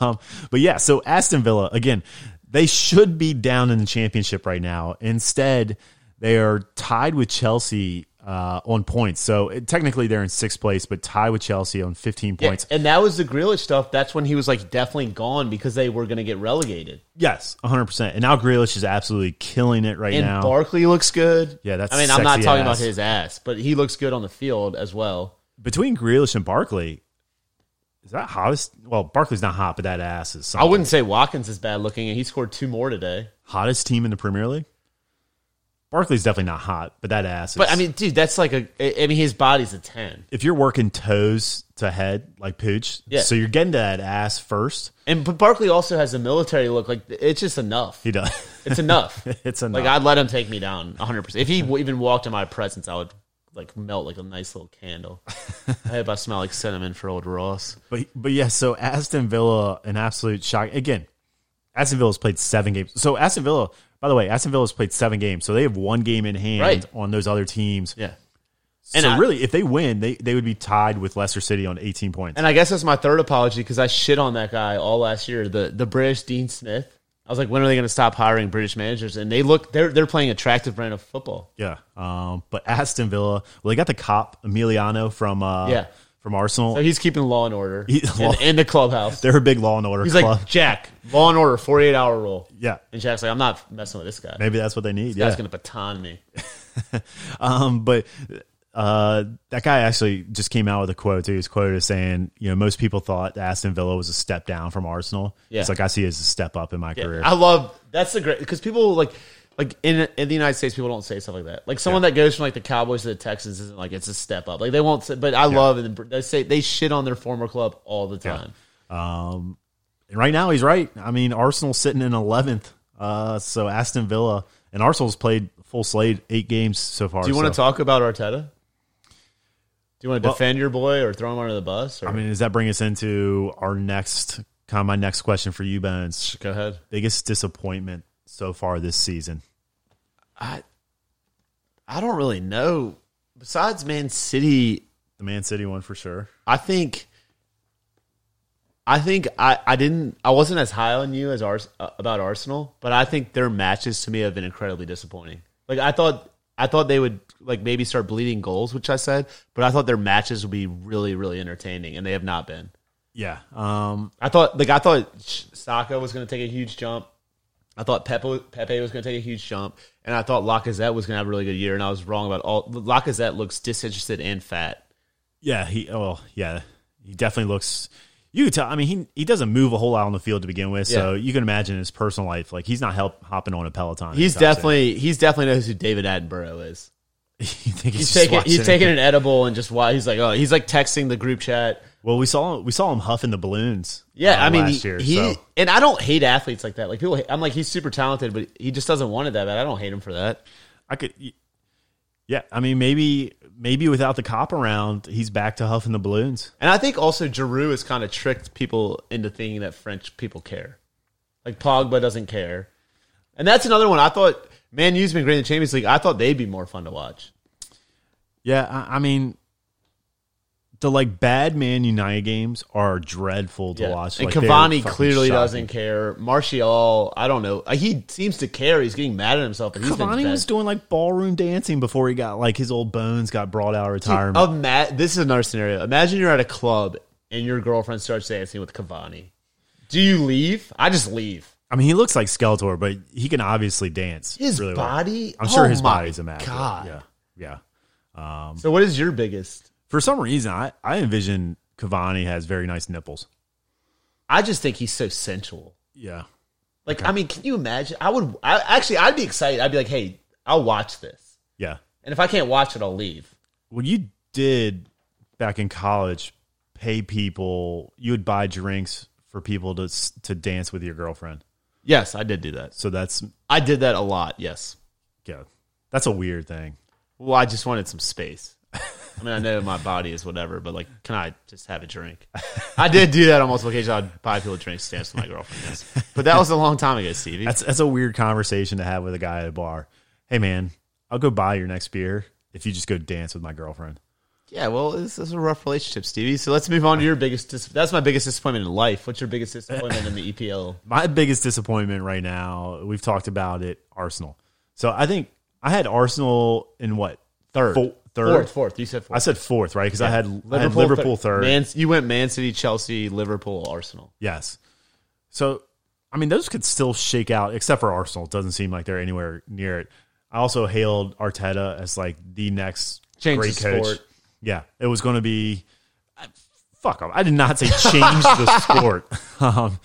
S1: Um, but yeah, so Aston Villa again, they should be down in the championship right now. Instead, they are tied with Chelsea uh, on points. So it, technically, they're in sixth place, but tied with Chelsea on fifteen points.
S2: and that was the Grealish stuff. That's when he was like definitely gone because they were going to get relegated.
S1: Yes, 100%. And now Grealish is absolutely killing it right
S2: And
S1: now.
S2: Barkley looks good.
S1: Yeah, that's
S2: I mean, I'm not
S1: sexy ass.
S2: talking about his ass, but he looks good on the field as well.
S1: Between Grealish and Barkley, is that hottest? Well, Barkley's not hot, but that ass is
S2: I
S1: something.
S2: wouldn't say Watkins is bad looking, and he scored two more today.
S1: hottest team in the Premier League? Barkley's definitely not hot, but that ass is.
S2: But I mean, dude, that's like a. I I mean, his body's a ten,
S1: if you're working toes to head like Pooch,
S2: Yeah.
S1: so you're getting to that ass first.
S2: and but Barkley also has a military look. Like it's just enough.
S1: He does. *laughs*
S2: It's *laughs* enough.
S1: it's enough.
S2: like I'd let him take me down 100. percent If he w- even walked in my presence, I would like melt like a nice little
S1: *laughs*
S2: candle. I hope I smell like cinnamon for old Ross.
S1: But but yeah, so Aston Villa, an absolute shock. Again, Aston Villa's played seven games. So Aston Villa, by the way, Aston Villa's played seven games. So they have one game in hand
S2: Right.
S1: on those other teams.
S2: Yeah,
S1: And
S2: I-
S1: really, if they win, they, they would be tied with Leicester City on 18 points.
S2: and I guess that's my third apology because I shit on that guy all last year. The the British Dean Smith. I was like, when are they going to stop hiring British managers? And they look they're they're playing attractive brand of football.
S1: yeah. Um, but Aston Villa, well, they got the cop Emiliano from uh,
S2: Yeah.
S1: from Arsenal.
S2: So he's keeping law and order
S1: He-
S2: in, in the clubhouse.
S1: They're a big Law and Order
S2: He's
S1: club. *laughs*
S2: like Jack, law and order, forty eight hour rule.
S1: yeah.
S2: And Jack's like, I'm not messing with this guy.
S1: Maybe that's what they need.
S2: That's
S1: Yeah.
S2: going to baton me.
S1: Um, but uh, that guy actually just came out with a quote. Too. His quote is saying, "You know, most people thought Aston Villa was a step down from Arsenal.
S2: Yeah.
S1: It's like I see it as a step up in my career.
S2: I love that's the great because people like like in in the United States people don't say stuff like that. Like someone that goes from like the Cowboys to the Texans isn't like it's a step up. Like they won't. Say, but I love and they say they shit on their former club all the time.
S1: and right now, he's right. I mean, Arsenal's sitting in eleventh. Uh, so Aston Villa and Arsenal's played full slate eight games so far.
S2: Do you want to
S1: so-
S2: talk about Arteta? Do you want to defend your boy or throw him under the bus? Or
S1: I mean, does that bring us into our next kind of my next question for you, Bones?
S2: go ahead.
S1: Biggest disappointment so far this season?
S2: I I don't really know. Besides Man City,
S1: The Man City one for sure.
S2: I think I think I, I didn't I wasn't as high on you as Ars, uh, about Arsenal, but I think their matches to me have been incredibly disappointing. Like I thought I thought they would like maybe start bleeding goals, which I said, but I thought their matches would be really really entertaining, and they have not been.
S1: Yeah. Um,
S2: I thought like I thought Saka was going to take a huge jump. I thought Pepe, Pepe was going to take a huge jump, and I thought Lacazette was going to have a really good year, and I was wrong about all. Lacazette looks disinterested and fat.
S1: yeah. He. Oh, yeah. He definitely looks. You could tell. I mean, he he doesn't move a whole lot on the field to begin with, so you can imagine his personal life. Like he's not help hopping on a peloton.
S2: He's
S1: anytime
S2: definitely he's definitely knows who David Attenborough is.
S1: soon. *laughs* you think he's,
S2: He's
S1: just
S2: taking he's
S1: watching
S2: taking
S1: it.
S2: an edible and just why he's like oh he's like texting the group chat.
S1: Well, we saw we saw him huffing the balloons.
S2: Yeah,
S1: uh,
S2: I mean
S1: last
S2: he,
S1: year.
S2: he
S1: so.
S2: and I don't hate athletes like that. Like people, I'm like he's super talented, but he just doesn't want it that bad. I don't hate him for that.
S1: I could, yeah. I mean, maybe maybe without the cop around, he's back to huffing the balloons.
S2: And I think also Giroud has kind of tricked people into thinking that French people care. Like Pogba doesn't care. And that's another one. I thought Man U's been great in the Champions League. I thought they'd be more fun to watch.
S1: Yeah, I, I mean, the like bad Man United games are dreadful to
S2: Yeah.
S1: watch.
S2: and
S1: Like, they're
S2: Cavani
S1: fucking
S2: clearly
S1: shocking.
S2: doesn't care. Martial, I don't know. Uh, He seems to care. He's getting mad at himself. But he's been
S1: Cavani
S2: bad.
S1: was doing like ballroom dancing before he got like his old bones got brought out of retirement.
S2: oh. Ima- this is another scenario. Imagine you're at a club and your girlfriend starts dancing with Cavani. Do you leave? I just leave.
S1: I mean, he looks like Skeletor, but he can obviously dance.
S2: His
S1: really well.
S2: body.
S1: I'm sure
S2: Oh
S1: his
S2: my
S1: body's immaculate.
S2: God.
S1: Yeah, yeah.
S2: So what is your biggest?
S1: For some reason, I I envision Cavani has very nice nipples.
S2: I just think he's so sensual.
S1: Yeah,
S2: Like, I mean, can you imagine? I would I, actually, I'd be excited. I'd be like, hey, I'll watch this,
S1: yeah.
S2: and if I can't watch it, I'll leave.
S1: Well, you did back in college pay people. You would buy drinks for people to s- to dance with your girlfriend.
S2: Yes, I did do that.
S1: So that's
S2: I did that a lot. Yes.
S1: yeah, that's a weird thing.
S2: Well, I just wanted some space. *laughs* I mean, I know my body is whatever, but like, can I just have a drink? I did do that on multiple occasions. I'd buy people drinks, dance with my girlfriend. Yes. But that was a long time ago, Stevie.
S1: That's that's a weird conversation to have with a guy at a bar. Hey man, I'll go buy your next beer if you just go dance with my girlfriend.
S2: yeah, well, this is a rough relationship, Stevie. So let's move on to your biggest. Dis- that's my biggest disappointment in life. What's your biggest disappointment in the E
S1: *laughs*
S2: EPL?
S1: My biggest disappointment right now, we've talked about it, Arsenal. So I think I had Arsenal in what
S2: Third,
S1: Fo- third?
S2: fourth, fourth. You said fourth.
S1: I said fourth, right? Because I had Liverpool, I had Liverpool third.
S2: Man, you went Man City, Chelsea, Liverpool, Arsenal.
S1: Yes. So, I mean, those could still shake out, except for Arsenal. It doesn't seem like they're anywhere near it. I also hailed Arteta as like the next
S2: Change
S1: great
S2: the
S1: coach.
S2: sport.
S1: Yeah, it was going to be. I- Fuck off. I did not say change
S2: *laughs*
S1: the sport. *laughs* Um,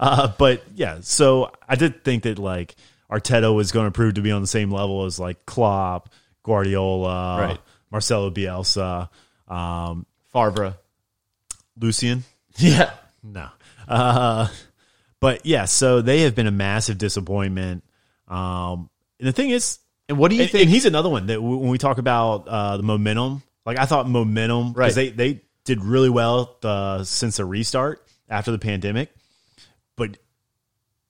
S1: uh, but yeah, so I did think that like Arteta was going to prove to be on the same level as like Klopp, Guardiola,
S2: Right.
S1: Marcelo Bielsa, um, *laughs*
S2: Farvra.
S1: Lucian.
S2: Yeah.
S1: No. Uh, but yeah, so they have been a massive disappointment. Um, and the thing is,
S2: And what do you
S1: and,
S2: think?
S1: and he's another one that w- when we talk about uh, the momentum, like I thought momentum,
S2: Right.
S1: because they, they did really well uh, since the restart after the pandemic, but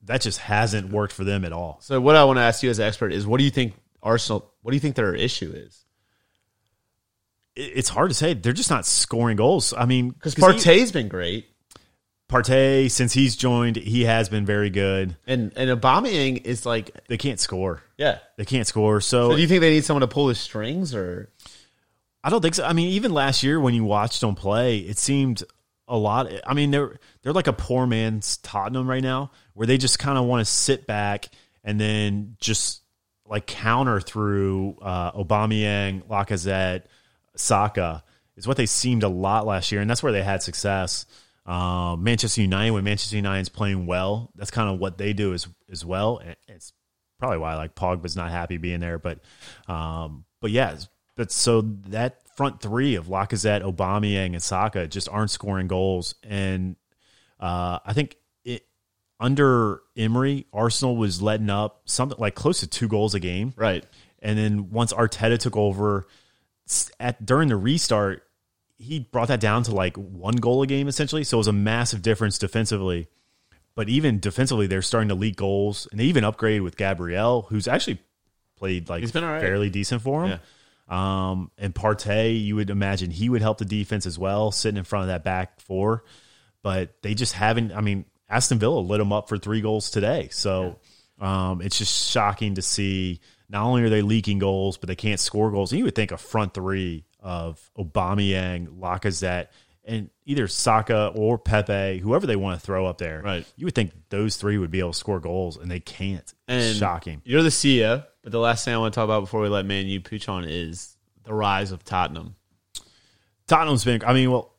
S1: that just hasn't worked for them at all.
S2: so what I want to ask you as an expert is, what do you think Arsenal? What do you think their issue is?
S1: It- It's hard to say. They're just not scoring goals. I mean,
S2: Because
S1: he-
S2: Partey's been great,
S1: Partey, since he's joined, he has been very good.
S2: and and Aubameyang is like,
S1: They can't score.
S2: yeah.
S1: They can't score. So,
S2: So do you think they need someone to pull the strings, or
S1: I don't think so. I mean, even last year when you watched them play, it seemed a lot. I mean, they're they're like a poor man's Tottenham right now, where they just kind of want to sit back and then just like counter through uh, Aubameyang, Lacazette, Saka is what they seemed a lot last year, and that's where they had success. Um, Manchester United, when Manchester United's playing well, that's kind of what they do as as well. And it's probably why like Pogba's not happy being there, but um, but yeah, but so that front three of Lacazette, Aubameyang, and Saka just aren't scoring goals, and uh, I think it under Emery, Arsenal was letting up something like close to two goals a game,
S2: right?
S1: and then once Arteta took over s- at during the restart, he brought that down to like one goal a game essentially. So it was a massive difference defensively. But even defensively, they're starting to leak goals, and they even upgraded with Gabriel, who's actually played like
S2: He's been all right.
S1: fairly decent for him. Um, and Partey, you would imagine he would help the defense as well, sitting in front of that back four. but they just haven't. I mean, Aston Villa lit them up for three goals today. So um, it's just shocking to see. Not only are they leaking goals, but they can't score goals. And you would think a front three of Aubameyang, Lacazette, and either Saka or Pepe, whoever they want to throw up there,
S2: Right.
S1: You would think those three would be able to score goals, and they can't.
S2: And
S1: shocking.
S2: You're the CEO, but the last thing I want to talk about before we let Man U pooch on is the rise of Tottenham.
S1: Tottenham's been. I mean, well,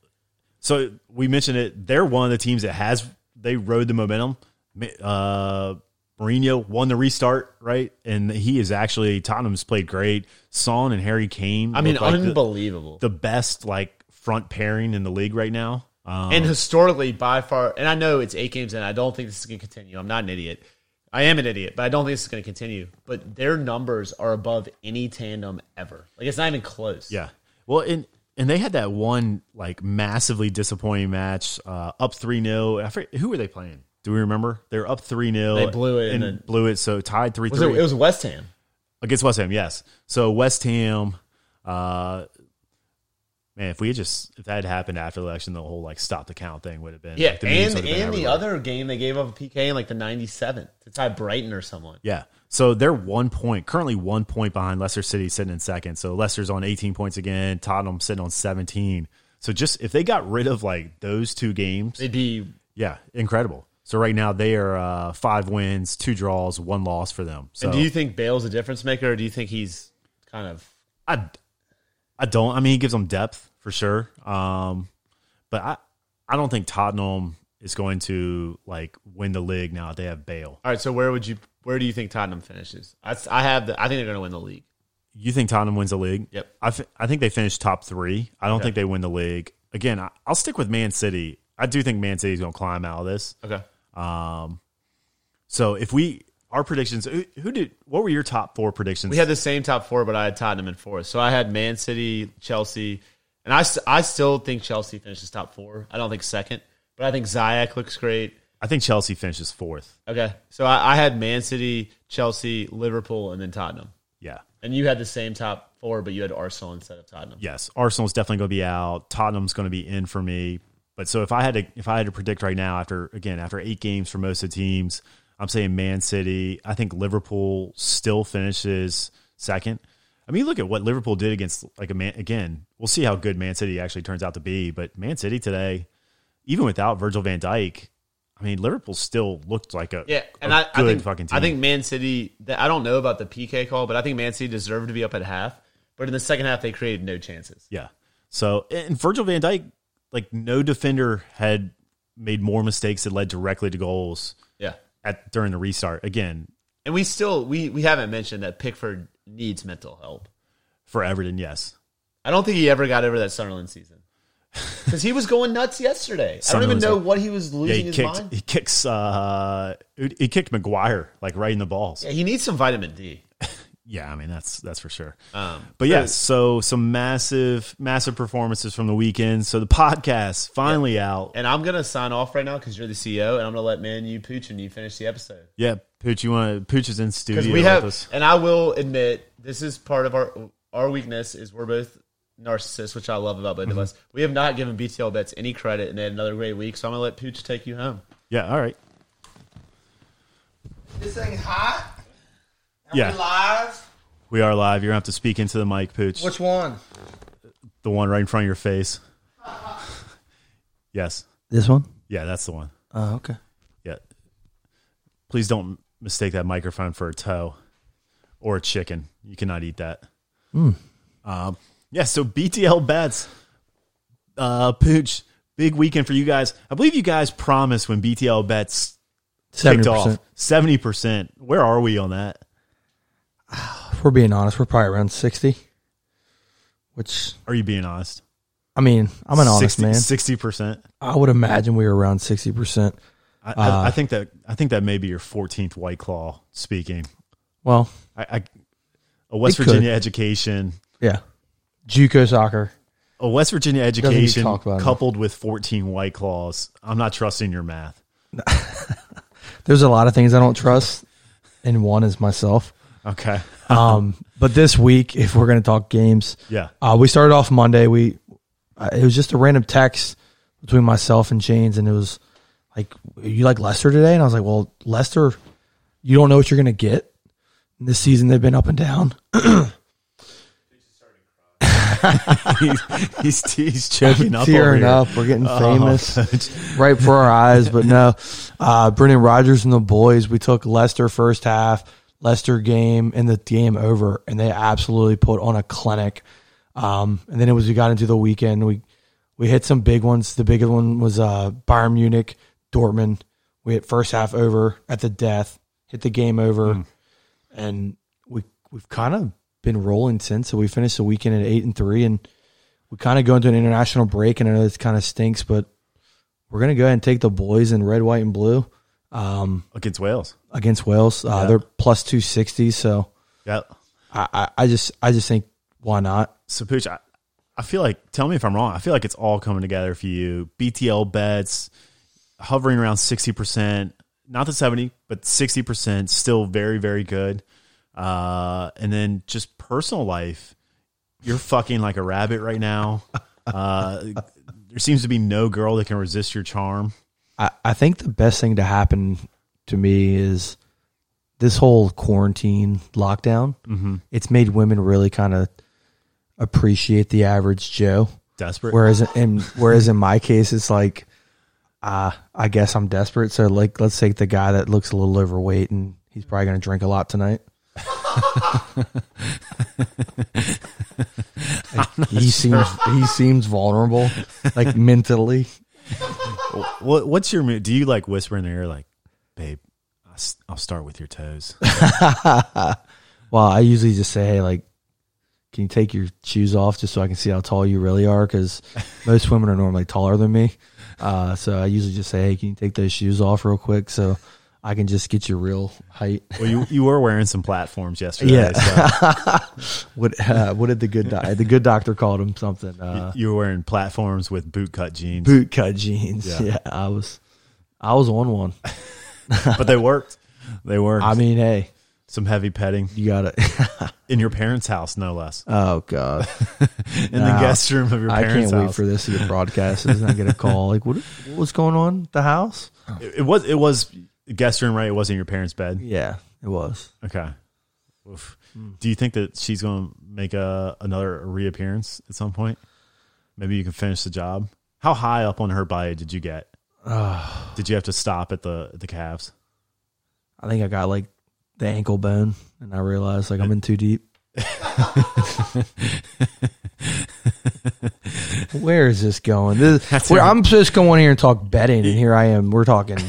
S1: so we mentioned it. They're one of the teams that has they rode the momentum. Mi- Uh, Mourinho won the restart, right? And he is actually Tottenham's played great. Son and Harry Kane.
S2: I mean,
S1: look like the,
S2: unbelievable.
S1: the best like front pairing in the league right now. Um,
S2: and historically, by far, and I know it's eight games in, I don't think this is going to continue. I'm not an idiot. I am an idiot, but I don't think this is going to continue. But their numbers are above any tandem ever. Like, it's not even close.
S1: yeah. Well, and and they had that one like massively disappointing match, uh, up three 0 I forget who were they playing? Do we remember? They were up three 0
S2: They blew it
S1: and
S2: and
S1: blew it, so tied three
S2: Was it,
S1: three.
S2: it was West Ham.
S1: against West Ham. Yes. So West Ham, uh, man, if we had just if that had happened after the election, the whole like stop the count thing would have been
S2: Yeah,
S1: like, the memes
S2: and
S1: would have been
S2: and the
S1: everywhere.
S2: other game they gave up a PK in like the 97th to tie Brighton or someone.
S1: yeah. So they're one point currently one point behind Leicester City sitting in second. So Leicester's on eighteen points again. Tottenham sitting on seventeen. So just if they got rid of like those two games,
S2: They'd be
S1: yeah, incredible. So right now they are uh, five wins, two draws, one loss for them. So
S2: And do you think Bale's a difference maker, or do you think he's kind of
S1: I, I don't. I mean, he gives them depth for sure. Um, but I, I don't think Tottenham is going to like win the league now that they have Bale.
S2: all right? So where would you where do you think Tottenham finishes? I, s- I have the I think they're going to win the league.
S1: You think Tottenham wins the league?
S2: Yep.
S1: I, th- I think they finish top three. I don't think they win the league. Again, I, I'll stick with Man City. I do think Man City's going to climb out of this.
S2: Okay,
S1: So if we our predictions, who, who did? What were your top four predictions?
S2: we had the same top four, but I had Tottenham in fourth. So I had Man City, Chelsea, and I s- I still think Chelsea finishes top four. I don't think second, but I think Ziyech looks great.
S1: I think Chelsea finishes fourth.
S2: Okay, so I, I had Man City, Chelsea, Liverpool, and then Tottenham.
S1: Yeah.
S2: And you had the same top four, but you had Arsenal instead of Tottenham.
S1: yes, Arsenal's definitely going to be out. Tottenham's going to be in for me. But so if I had to, if I had to predict right now, after again after eight games for most of the teams, I'm saying Man City. I think Liverpool still finishes second. I mean, look at what Liverpool did against like a man. Again, we'll see how good Man City actually turns out to be. But Man City today, even without Virgil Van Dijk, I mean, Liverpool still looked like a
S2: Yeah, and
S1: a
S2: I, I
S1: good
S2: think
S1: fucking team.
S2: I think Man City. th- I don't know about the PK call, but I think Man City deserved to be up at half. But in the second half, they created no chances.
S1: Yeah. So and Virgil Van Dyke, like no defender had made more mistakes that led directly to goals
S2: Yeah,
S1: at during the restart. Again,
S2: and we still we we haven't mentioned that Pickford needs mental help.
S1: for Everton, yes.
S2: I don't think he ever got over that
S1: *laughs*
S2: Sunderland season because he was going nuts yesterday. I don't even
S1: Sunderland's
S2: know
S1: like-
S2: what he was
S1: Yeah,
S2: losing
S1: he
S2: his
S1: kicked
S2: mind.
S1: he kicks uh he kicked McGuire like right in the balls.
S2: Yeah, he needs some vitamin D.
S1: Yeah, I mean that's that's for sure.
S2: Um,
S1: But yeah, so some massive massive performances from the weekend. So the podcast finally out.
S2: and I'm gonna sign off right now because you're the CEO, and I'm gonna let Man U pooch and you finish the episode.
S1: Yeah, Pooch, you want to Pooch is in studio
S2: because we
S1: with
S2: have
S1: us.
S2: and i will admit this is part of our our weakness is we're both narcissists which i love about both
S1: Mm-hmm.
S2: of us we have not given btl bets any credit and they had another great week so i'm gonna let pooch take you home
S1: Yeah, all right.
S3: This thing hot? And
S1: Yeah.
S3: we live?
S1: We are live. You're going to have to speak into the mic, Pooch.
S3: Which one?
S1: The one right in front of your face. *laughs* yes.
S3: This one?
S1: Yeah, that's the one.
S3: Oh, okay.
S1: Yeah. Please don't mistake that microphone for a toe or a chicken. You cannot eat that.
S4: Hmm.
S1: Um, yeah, so BTL bets. Uh, Pooch, big weekend for you guys. I believe you guys promised when BTL bets kicked
S4: 70%.
S1: off 70%. Where are we on that?
S4: If we're being honest, we're probably around 60, which,
S1: Are you being honest?
S4: I mean, I'm an honest
S1: 60,
S4: man.
S1: 60%.
S4: I would imagine we were around 60%.
S1: I,
S4: Uh,
S1: I, I think that I think that may be your 14th White Claw speaking.
S4: Well,
S1: I, I a West
S4: It could.
S1: Virginia education,
S4: yeah. Juco soccer.
S1: a West Virginia
S4: get
S1: education
S4: talked about enough.
S1: coupled with 14 White Claws. I'm not trusting your math.
S4: There's a lot of things I don't trust, and one is myself. *laughs*
S1: Okay.
S4: Um, but this week, if we're going to talk games,
S1: Yeah.
S4: uh, we started off Monday. We uh, It was just a random text between myself and James, and it was like, "You like Lester today?" And I was like, "Well, Lester, you don't know what you're gonna get this season. They've been up and down."
S1: he's, he's, he's choking up.
S4: Tearing
S1: over Oh,
S4: up, we're
S1: *laughs*
S4: getting famous right before our eyes. But no, uh, Brendan Rodgers and the boys. We took Lester first half, Lester game, and the game over, and they absolutely put on a clinic. Um, and then it was we got into the weekend. We we hit some big ones. The biggest one was uh, Bayern Munich, Dortmund. We hit first half over at the death, hit the game over,
S1: Hmm.
S4: and we we've kind of been rolling since. So we finished the weekend at eight and three, and we kind of go into an international break, and I know this kind of stinks, but we're gonna go ahead and take the boys in red, white, and blue um,
S1: against Wales.
S4: against Wales. Uh, They're plus two sixty, so
S1: Yeah.
S4: I, I, I just I just think why not?
S1: So Pooch, I, I feel like tell me if I'm wrong. I feel like it's all coming together for you. BTL bets hovering around sixty percent, not the seventy, but sixty percent, still very very good. Uh, and then just personal life, you're fucking like a rabbit right now. Uh, there seems to be no girl that can resist your charm.
S4: I, I think the best thing to happen to me is this whole quarantine lockdown. Mm-hmm. It's made women really kind of appreciate the average Joe.
S1: Desperate.
S4: Whereas in whereas in my case, it's like, uh, I guess I'm desperate. So like, let's take the guy that looks a little overweight and he's probably going to drink a lot tonight. Like, he seems he seems vulnerable, like mentally.
S1: What, what's your mo- do you like whisper in their ear like, babe? I s- I'll start with your toes.
S4: Well, I usually just say, hey, like, can you take your shoes off just so I can see how tall you really are? *laughs* Because most women are normally taller than me. Uh, so I usually just say, hey, can you take those shoes off real quick so I can just get your real height?
S1: Well, you, you were wearing some platforms yesterday.
S4: Yeah.
S1: so-
S4: *laughs* What uh, What did the good doc- the good doctor called him something? Uh,
S1: you were wearing platforms with bootcut jeans,
S4: boot cut jeans.
S1: Yeah.
S4: *laughs* Yeah. I was, I was on one.
S1: but they worked. They worked.
S4: I mean, hey,
S1: Some heavy petting
S4: you got to
S1: in your parents' house, no less,
S4: *laughs* Oh God,
S1: in the guest room of your
S4: I
S1: parents'
S4: can't
S1: house.
S4: wait for this to get broadcast. And I get a call like, what, what was going on at the house?
S1: It, it was it was guest room, right? It wasn't your parents' bed.
S4: Yeah, it was.
S1: Okay. Oof.
S4: Hmm.
S1: Do you think that she's going to make a another reappearance at some point? Maybe you can finish the job. How high up on her body did you get?
S4: Uh,
S1: did you have to stop at the the calves?
S4: I think I got like the ankle bone, and I realized like I'm in too deep. *laughs* Where is this going? This, where,
S1: right.
S4: I'm just going here and talk betting, and here I am. We're *laughs* talking. We're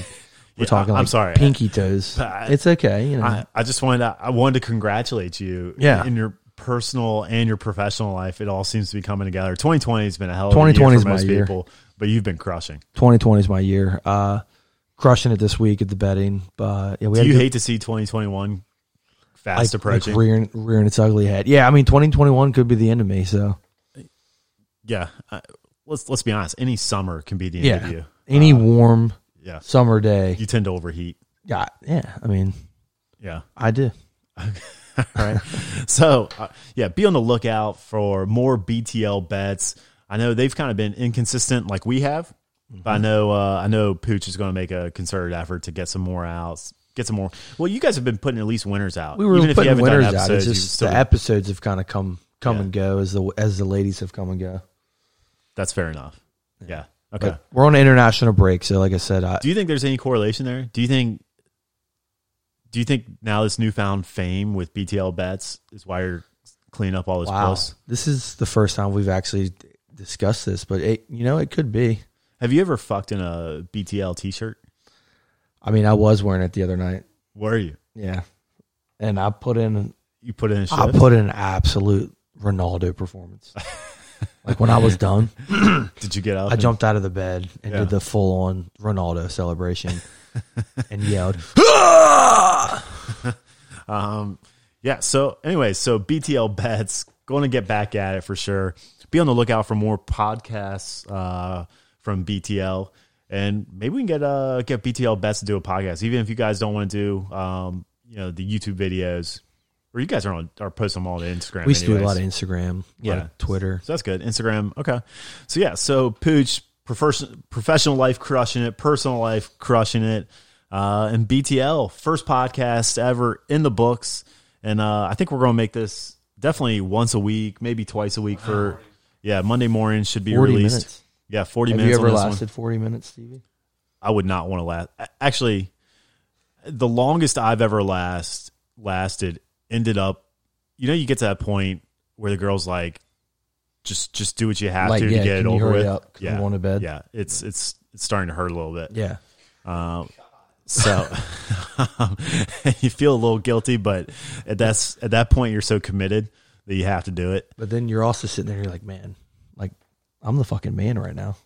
S1: Yeah,
S4: talking.
S1: I'm
S4: Like
S1: sorry.
S4: pinky *laughs* toes.
S1: I-
S4: it's okay. You know,
S1: I, I just wanted to, I wanted to congratulate you.
S4: Yeah.
S1: In your personal and your professional life, it all seems to be coming together. 2020 has been a hell of a year
S4: 2020
S1: for
S4: is my
S1: most
S4: year.
S1: people, but you've been crushing.
S4: 2020 is my year. Uh, crushing it this week at the betting. But yeah, we
S1: Do
S4: had a
S1: you
S4: good-
S1: hate to see 2021 fast approaching?
S4: rearing, rearing its ugly head. Yeah, I mean, 2021 could be the end of me. So
S1: yeah. Uh, let's let's be honest. Any summer can be the end of you.
S4: yeah, Uh, any warm
S1: Yeah.
S4: summer day.
S1: You tend to overheat.
S4: Yeah, yeah. I mean,
S1: Yeah.
S4: I do.
S1: So, uh, yeah, be on the lookout for more BTL bets. I know they've kind of been inconsistent, like we have. But
S4: Mm-hmm.
S1: I know, uh, I know, Pooch is going to make a concerted effort to get some more out, get some more. Well, you guys have been putting at least winners out.
S4: we were
S1: Even if you
S4: putting
S1: haven't done
S4: winners out. It's
S1: episodes, you've
S4: just
S1: still-
S4: the episodes have kind of come come
S1: Yeah.
S4: and go as the as the ladies have come and go.
S1: that's fair enough. Yeah. Okay.
S4: We're on an international break, so like I said, I,
S1: Do you think there's any correlation there? Do you think? Do you think now this newfound fame with BTL bets is why you're cleaning up all this
S4: wow,
S1: plus?
S4: this is the first time we've actually discussed this, but it, you know, it could be.
S1: Have you ever fucked in a BTL t-shirt?
S4: I mean, I was wearing it the other night.
S1: Were you?
S4: Yeah, and I put in
S1: You put in a shift?
S4: I put in an absolute Ronaldo
S1: *laughs*
S4: performance. like when I was done,
S1: Did you get up?
S4: I
S1: and-
S4: jumped out of the bed and
S1: Yeah.
S4: did the full on Ronaldo
S1: *laughs*
S4: celebration and yelled. "Ah!"
S1: Yeah. So, anyway, so BTL bets going to get back at it for sure. Be on the lookout for more podcasts uh, from BTL, and maybe we can get uh get BTL bets to do a podcast. Even if you guys don't want to do um you know the YouTube videos, or you guys are on are posting them all to Instagram.
S4: We used to do a
S1: anyways.
S4: lot of Instagram, a lot
S1: Yeah.
S4: of Twitter.
S1: So that's good. Instagram. Okay. So yeah. So Pooch, profession, professional life crushing it, personal life crushing it, uh, and BTL first podcast ever in the books. And uh, I think we're going to make this definitely once a week, maybe twice a week for yeah Monday morning should be
S4: 40
S1: released.
S4: minutes.
S1: Yeah, forty
S4: Have you
S1: minutes.
S4: ever
S1: on this one.
S4: lasted 40 minutes, Stevie?
S1: I would not want to last. Actually, the longest I've ever last lasted ended up. You know, you get to that point where the girl's like, "Just, just do what you have
S4: Like,
S1: to
S4: yeah,
S1: to get it
S4: can you
S1: over
S4: hurry
S1: with."
S4: up? Can we
S1: Yeah,
S4: go on to bed?
S1: Yeah, it's it's it's starting to hurt a little bit.
S4: Yeah.
S1: So *laughs* you feel a little guilty, but at that's at that point you're so committed that you have to do it.
S4: But then you're also sitting there, you're like, man, like, I'm the fucking man right now.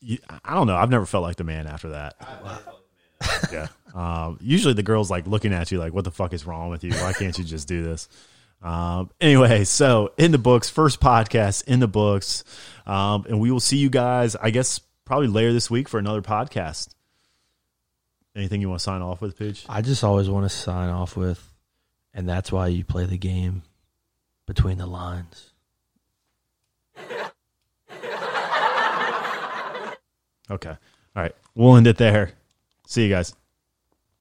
S1: you, I don't know. I've never felt like the man after that. yeah. Um, usually the girl's like looking at you like, what the fuck is wrong with you? Why can't you just do this? Um, anyway, so in the books, first podcast in the books. Um, and we will see you guys, I guess, probably later this week for another podcast. Anything you want to sign off with, Pooch?
S4: I just always want to sign off with, and that's why you play the game between the lines.
S1: Okay. All right. We'll end it there. See you guys.